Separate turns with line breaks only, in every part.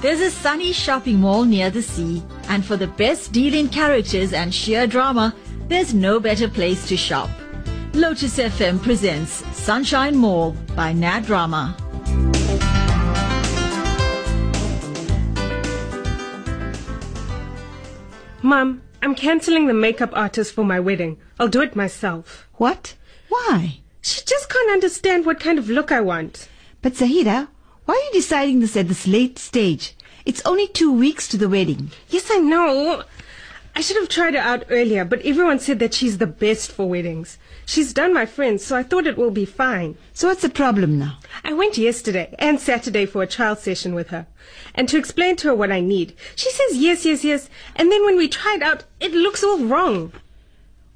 There's a sunny shopping mall near the sea, and for the best deal in characters and sheer drama, there's no better place to shop. Lotus FM presents Sunshine Mall by Nad Drama.
Mom, I'm cancelling the makeup artist for my wedding. I'll do it myself.
What? Why?
She just can't understand what kind of look I want.
But Zahida, why are you deciding this at this late stage? It's only two weeks to the wedding.
Yes, I know. I should have tried her out earlier, but everyone said that she's the best for weddings. She's done my friends, so I thought it will be fine.
So what's the problem now?
I went yesterday and Saturday for a trial session with her. And to explain to her what I need, she says yes, yes, yes. And then when we try it out, it looks all wrong.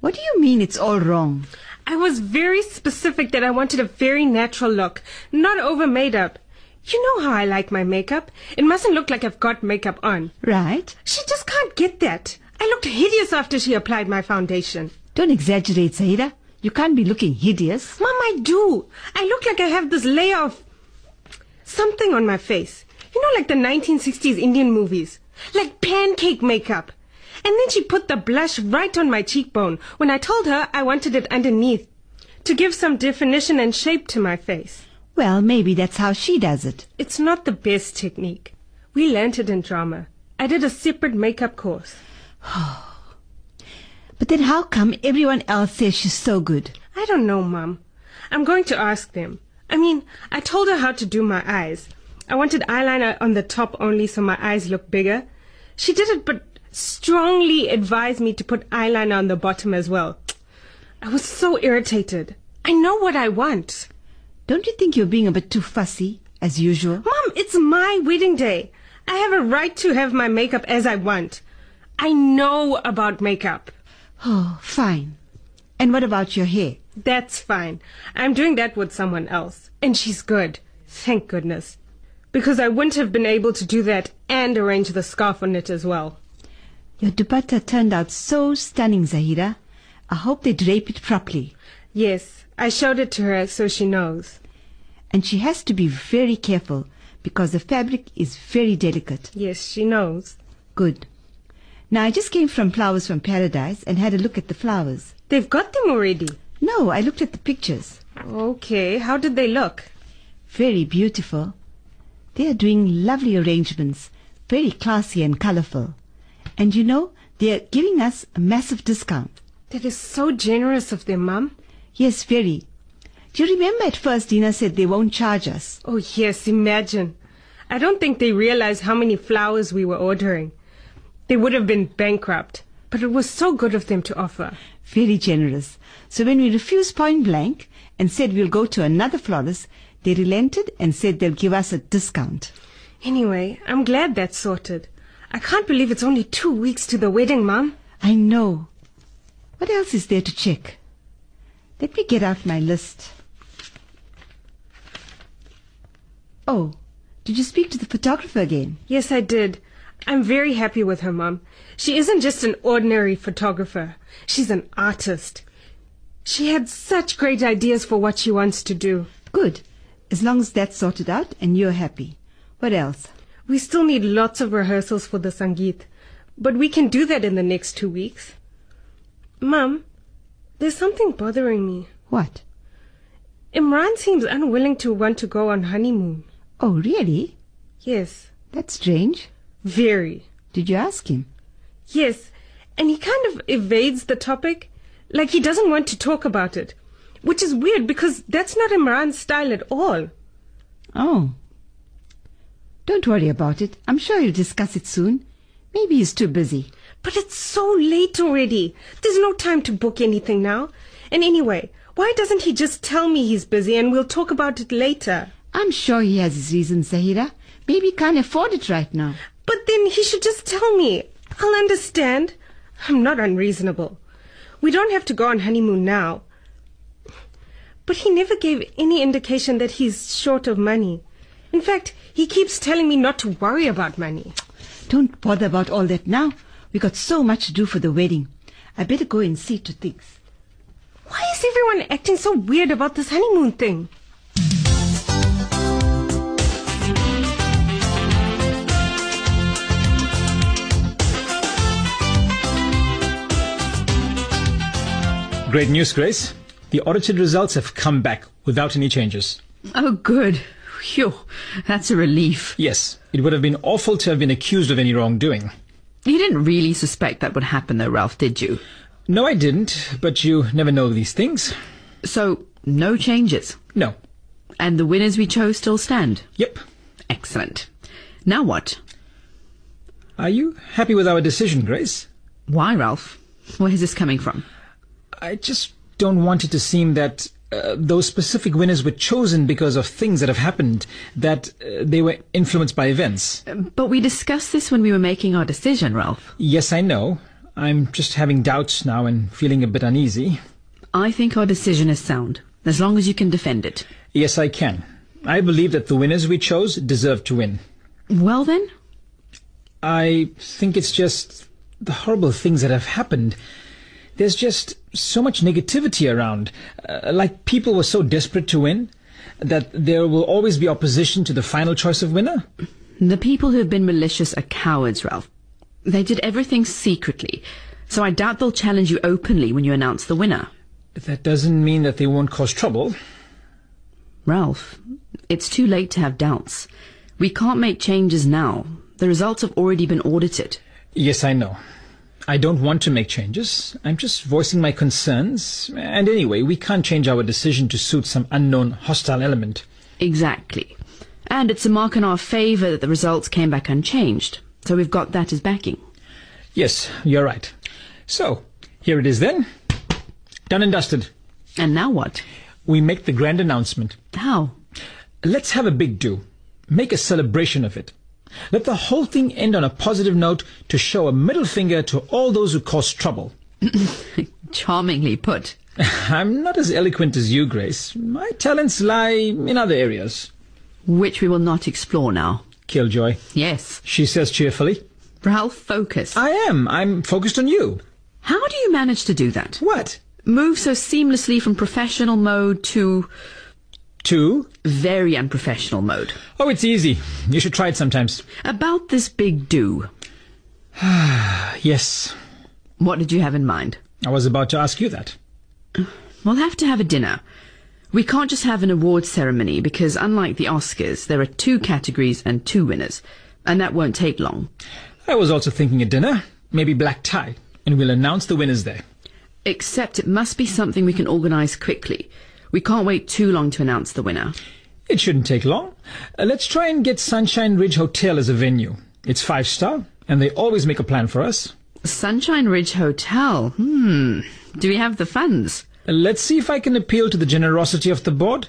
What do you mean it's all wrong?
I was very specific that I wanted a very natural look, not over made up. You know how I like my makeup. It mustn't look like I've got makeup on.
Right?
She just can't get that. I looked hideous after she applied my foundation.
Don't exaggerate, Zahida. You can't be looking hideous.
Mom, I do. I look like I have this layer of something on my face. You know, like the 1960s Indian movies, like pancake makeup. And then she put the blush right on my cheekbone when I told her I wanted it underneath to give some definition and shape to my face.
Well, maybe that's how she does it.
It's not the best technique. We learnt it in drama. I did a separate makeup course.
But then how come everyone else says she's so good?
I don't know, Mum. I'm going to ask them. I mean, I told her how to do my eyes. I wanted eyeliner on the top only so my eyes look bigger. She did it, but strongly advised me to put eyeliner on the bottom as well. I was so irritated. I know what I want.
Don't you think you're being a bit too fussy, as usual?
Mom, it's my wedding day. I have a right to have my makeup as I want. I know about makeup.
Oh, fine. And what about your hair?
That's fine. I'm doing that with someone else. And she's good. Thank goodness. Because I wouldn't have been able to do that and arrange the scarf on it as well.
Your dupatta turned out so stunning, Zahida. I hope they drape it properly.
Yes, I showed it to her so she knows.
And she has to be very careful because the fabric is very delicate.
Yes, she knows.
Good. Now, I just came from Flowers from Paradise and had a look at the flowers.
They've got them already.
No, I looked at the pictures.
Okay, how did they look?
Very beautiful. They are doing lovely arrangements, very classy and colorful. And you know, they are giving us a massive discount.
That is so generous of them, Mum.
Yes, very. Do you remember at first Dina said they won't charge us?
Oh, yes, imagine. I don't think they realized how many flowers we were ordering. They would have been bankrupt, but it was so good of them to offer.
Very generous. So when we refused point blank and said we'll go to another florist, they relented and said they'll give us a discount.
Anyway, I'm glad that's sorted. I can't believe it's only two weeks to the wedding, Mum.
I know. What else is there to check? Let me get out my list. Oh, did you speak to the photographer again?
Yes, I did. I'm very happy with her, Mum. She isn't just an ordinary photographer, she's an artist. She had such great ideas for what she wants to do.
Good. As long as that's sorted out and you're happy. What else?
We still need lots of rehearsals for the Sangeet, but we can do that in the next two weeks. Mum, there's something bothering me.
What?
Imran seems unwilling to want to go on honeymoon.
Oh, really?
Yes,
That's strange.
very.
Did you ask him?
Yes, and he kind of evades the topic, like he doesn't want to talk about it, which is weird because that's not Imran's style at all.
Oh. Don't worry about it. I'm sure you'll discuss it soon. Maybe he's too busy.
But it's so late already. There's no time to book anything now. And anyway, why doesn't he just tell me he's busy and we'll talk about it later?
I'm sure he has his reasons, Zahira. Maybe he can't afford it right now.
But then he should just tell me. I'll understand. I'm not unreasonable. We don't have to go on honeymoon now. But he never gave any indication that he's short of money. In fact, he keeps telling me not to worry about money.
Don't bother about all that now. We got so much to do for the wedding. I better go and see to things.
Why is everyone acting so weird about this honeymoon thing?
Great news, Grace. The audited results have come back without any changes.
Oh, good. Phew, that's a relief.
Yes, it would have been awful to have been accused of any wrongdoing.
You didn't really suspect that would happen, though, Ralph, did you?
No, I didn't, but you never know these things.
So, no changes.
No.
And the winners we chose still stand.
Yep.
Excellent. Now what?
Are you happy with our decision, Grace?
Why, Ralph? Where is this coming from?
I just don't want it to seem that uh, those specific winners were chosen because of things that have happened, that uh, they were influenced by events.
But we discussed this when we were making our decision, Ralph.
Yes, I know. I'm just having doubts now and feeling a bit uneasy.
I think our decision is sound, as long as you can defend it.
Yes, I can. I believe that the winners we chose deserve to win.
Well, then,
I think it's just the horrible things that have happened. There's just so much negativity around. Uh, like people were so desperate to win that there will always be opposition to the final choice of winner.
the people who have been malicious are cowards, Ralph. They did everything secretly, so I doubt they'll challenge you openly when you announce the winner.
That doesn't mean that they won't cause trouble.
Ralph, it's too late to have doubts. We can't make changes now. The results have already been audited.
Yes, I know. I don't want to make changes. I'm just voicing my concerns. And anyway, we can't change our decision to suit some unknown hostile element.
Exactly. And it's a mark in our favour that the results came back unchanged, so we've got that as backing.
Yes, you're right. So, here it is then. Done and dusted.
And now what?
We make the grand announcement.
How?
Let's have a big do. Make a celebration of it. Let the whole thing end on a positive note to show a middle finger to all those who cause trouble.
Charmingly put.
I'm not as eloquent as you, Grace. My talents lie in other areas.
Which we will not explore now.
Killjoy,
Yes.
she says cheerfully.
Ralph, focus.
I am. I'm focused on you.
How do you manage to do that?
What?
Move so seamlessly from professional mode to
Two?
very unprofessional mode.
Oh, it's easy. You should try it sometimes.
About this big do,
Yes,
what did you have in mind?
I was about to ask you that.
We'll have to have a dinner. We can't just have an awards ceremony because, unlike the Oscars, there are two categories and two winners, and that won't take long.
I was also thinking a dinner, maybe black tie, and we'll announce the winners there.
Except it must be something we can organise quickly. We can't wait too long to announce the winner.
It shouldn't take long. Uh, let's try and get Sunshine Ridge Hotel as a venue. It's five star, and they always make a plan for us.
Sunshine Ridge Hotel. Hmm. Do we have the funds?
Uh, Let's see if I can appeal to the generosity of the board.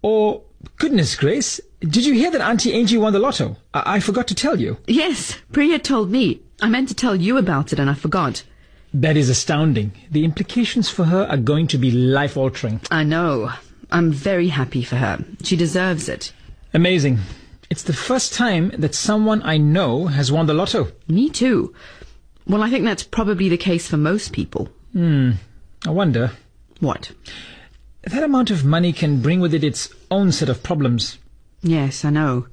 Or, goodness grace, did you hear that Auntie Angie won the lotto? I, I forgot to tell you.
Yes, Priya told me. I meant to tell you about it and I forgot.
That is astounding. The implications for her are going to be life altering.
I know. I'm very happy for her. She deserves it.
Amazing. It's the first time that someone I know has won the lotto.
Me too. Well, I think that's probably the case for most people.
I wonder.
What?
That amount of money can bring with it its own set of problems.
Yes, I know.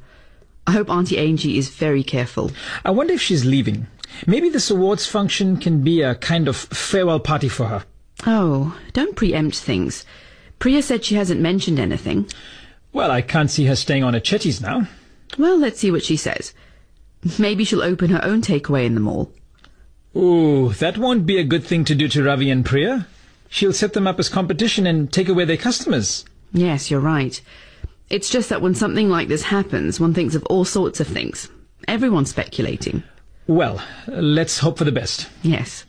I hope Auntie Angie is very careful.
I wonder if she's leaving. Maybe this awards function can be a kind of farewell party for her.
Oh, don't preempt things. Priya said she hasn't mentioned anything.
Well, I can't see her staying on at Chetty's now.
Well, let's see what she says. Maybe she'll open her own takeaway in the mall.
Ooh, that won't be a good thing to do to Ravi and Priya. She'll set them up as competition and take away their customers.
Yes, you're right. It's just that when something like this happens, one thinks of all sorts of things. Everyone's speculating.
Well, let's hope for the best.
Yes.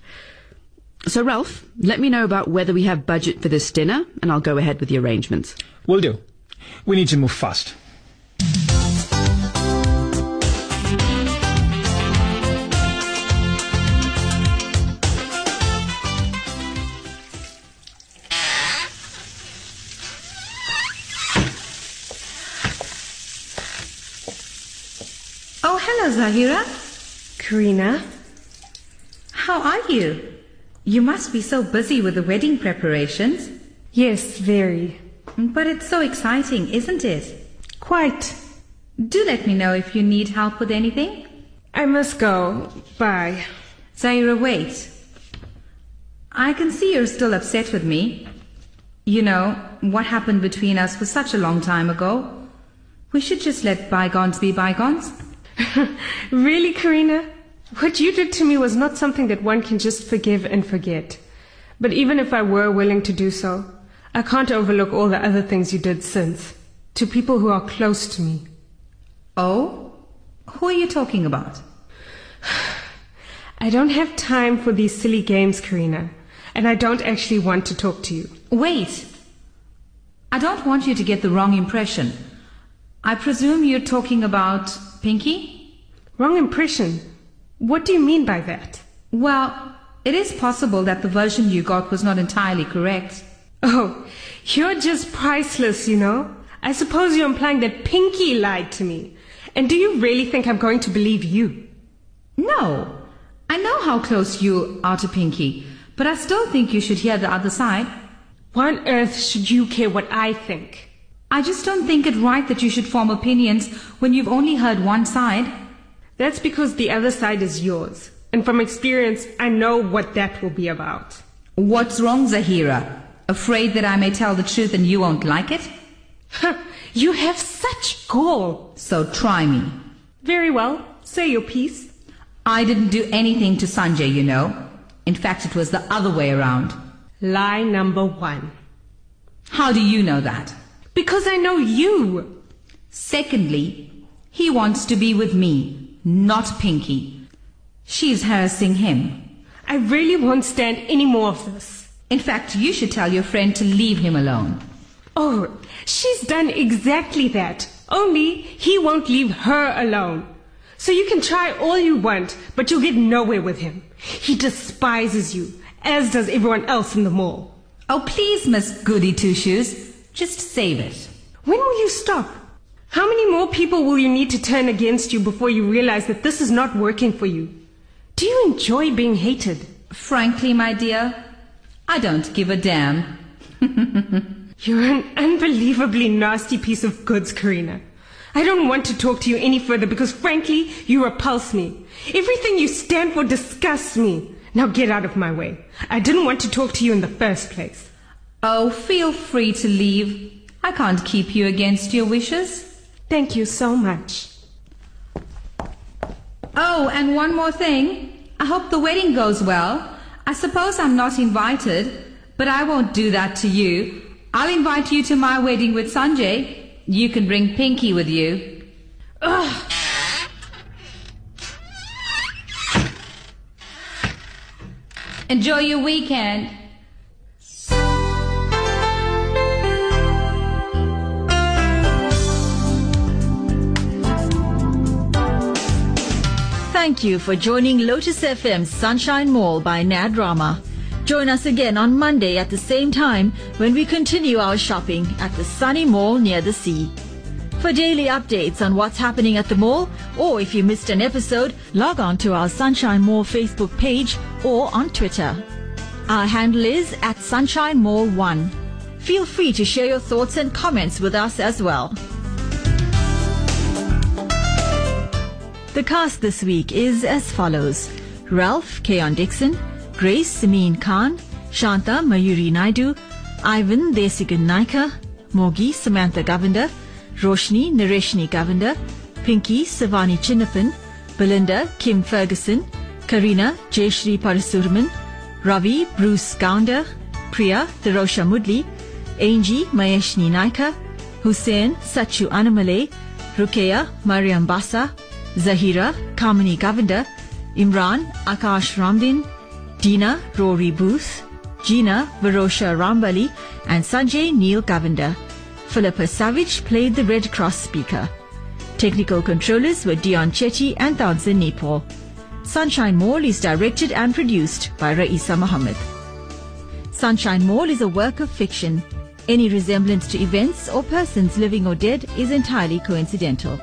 So, Ralph, let me know about whether we have budget for this dinner, and I'll go ahead with the arrangements.
We'll do. We need to move fast.
Oh, hello, Zahira.
Karina?
How are you? You must be so busy with the wedding preparations.
Yes, very.
But it's so exciting, isn't it?
Quite.
Do let me know if you need help with anything.
I must go. Bye.
Zahira, wait. I can see you're still upset with me. You know, what happened between us was such a long time ago. We should just let bygones be bygones.
really, Karina? What you did to me was not something that one can just forgive and forget. But even if I were willing to do so, I can't overlook all the other things you did since. To people who are close to me.
Oh? Who are you talking about?
I don't have time for these silly games, Karina. And I don't actually want to talk to you.
Wait! I don't want you to get the wrong impression. I presume you're talking about Pinky?
Wrong impression. What do you mean by that?
Well, it is possible that the version you got was not entirely correct.
Oh, you're just priceless, you know? I suppose you're implying that Pinky lied to me. And do you really think I'm going to believe you?
No. I know how close you are to Pinky, but I still think you should hear the other side.
Why on earth should you care what I think?
I just don't think it right that you should form opinions when you've only heard one side.
That's because the other side is yours. And from experience, I know what that will be about.
What's wrong, Zahira? Afraid that I may tell the truth and you won't like it?
you have such gall.
So try me.
Very well. Say your piece.
I didn't do anything to Sanjay, you know. In fact, it was the other way around.
Lie number one.
How do you know that?
Because I know you.
Secondly, he wants to be with me, not Pinky. She's harassing him.
I really won't stand any more of this.
In fact, you should tell your friend to leave him alone.
Oh, she's done exactly that. Only he won't leave her alone. So you can try all you want, but you'll get nowhere with him. He despises you, as does everyone else in the mall.
Oh, please, Miss Goody Two Shoes, just save it.
When will you stop? How many more people will you need to turn against you before you realize that this is not working for you? Do you enjoy being hated?
Frankly, my dear, I don't give a damn.
You're an unbelievably nasty piece of goods, Karina. I don't want to talk to you any further because, frankly, you repulse me. Everything you stand for disgusts me. Now get out of my way. I didn't want to talk to you in the first place.
Oh, feel free to leave. I can't keep you against your wishes.
Thank you so much.
Oh, and one more thing. I hope the wedding goes well. I suppose I'm not invited, but I won't do that to you. I'll invite you to my wedding with Sanjay. You can bring Pinky with you.
Ugh.
Enjoy your weekend.
Thank you for joining Lotus FM's Sunshine Mall by Nad Rama. Join us again on Monday at the same time when we continue our shopping at the sunny mall near the sea. For daily updates on what's happening at the mall, or if you missed an episode, log on to our Sunshine Mall Facebook page or on Twitter. Our handle is at Sunshine Mall 1. Feel free to share your thoughts and comments with us as well. The cast this week is as follows Ralph Keon Dixon, Grace Samin Khan, Shanta Mayuri Naidu, Ivan Desigan Naika, Mogi Samantha Govender, Roshni Nareshni Govender, Pinky Savani Chinnapan, Belinda Kim Ferguson, Karina Jayashree Parasurman, Ravi Bruce Gounder, Priya Darosha Mudli, Angie Mayeshni Naika, Hussein Sachu Anamale, Rukeya Mariam Basa, Zahira Kamini Govender, Imran Akash Ramdin, Dina Rory Booth, Gina Varosha Rambali, and Sanjay Neil Govender. Philippa Savage played the Red Cross speaker. Technical controllers were Dion Chetty and Tanzan Nepal. Sunshine Mall is directed and produced by Raisa Mohammed. Sunshine Mall is a work of fiction. Any resemblance to events or persons living or dead is entirely coincidental.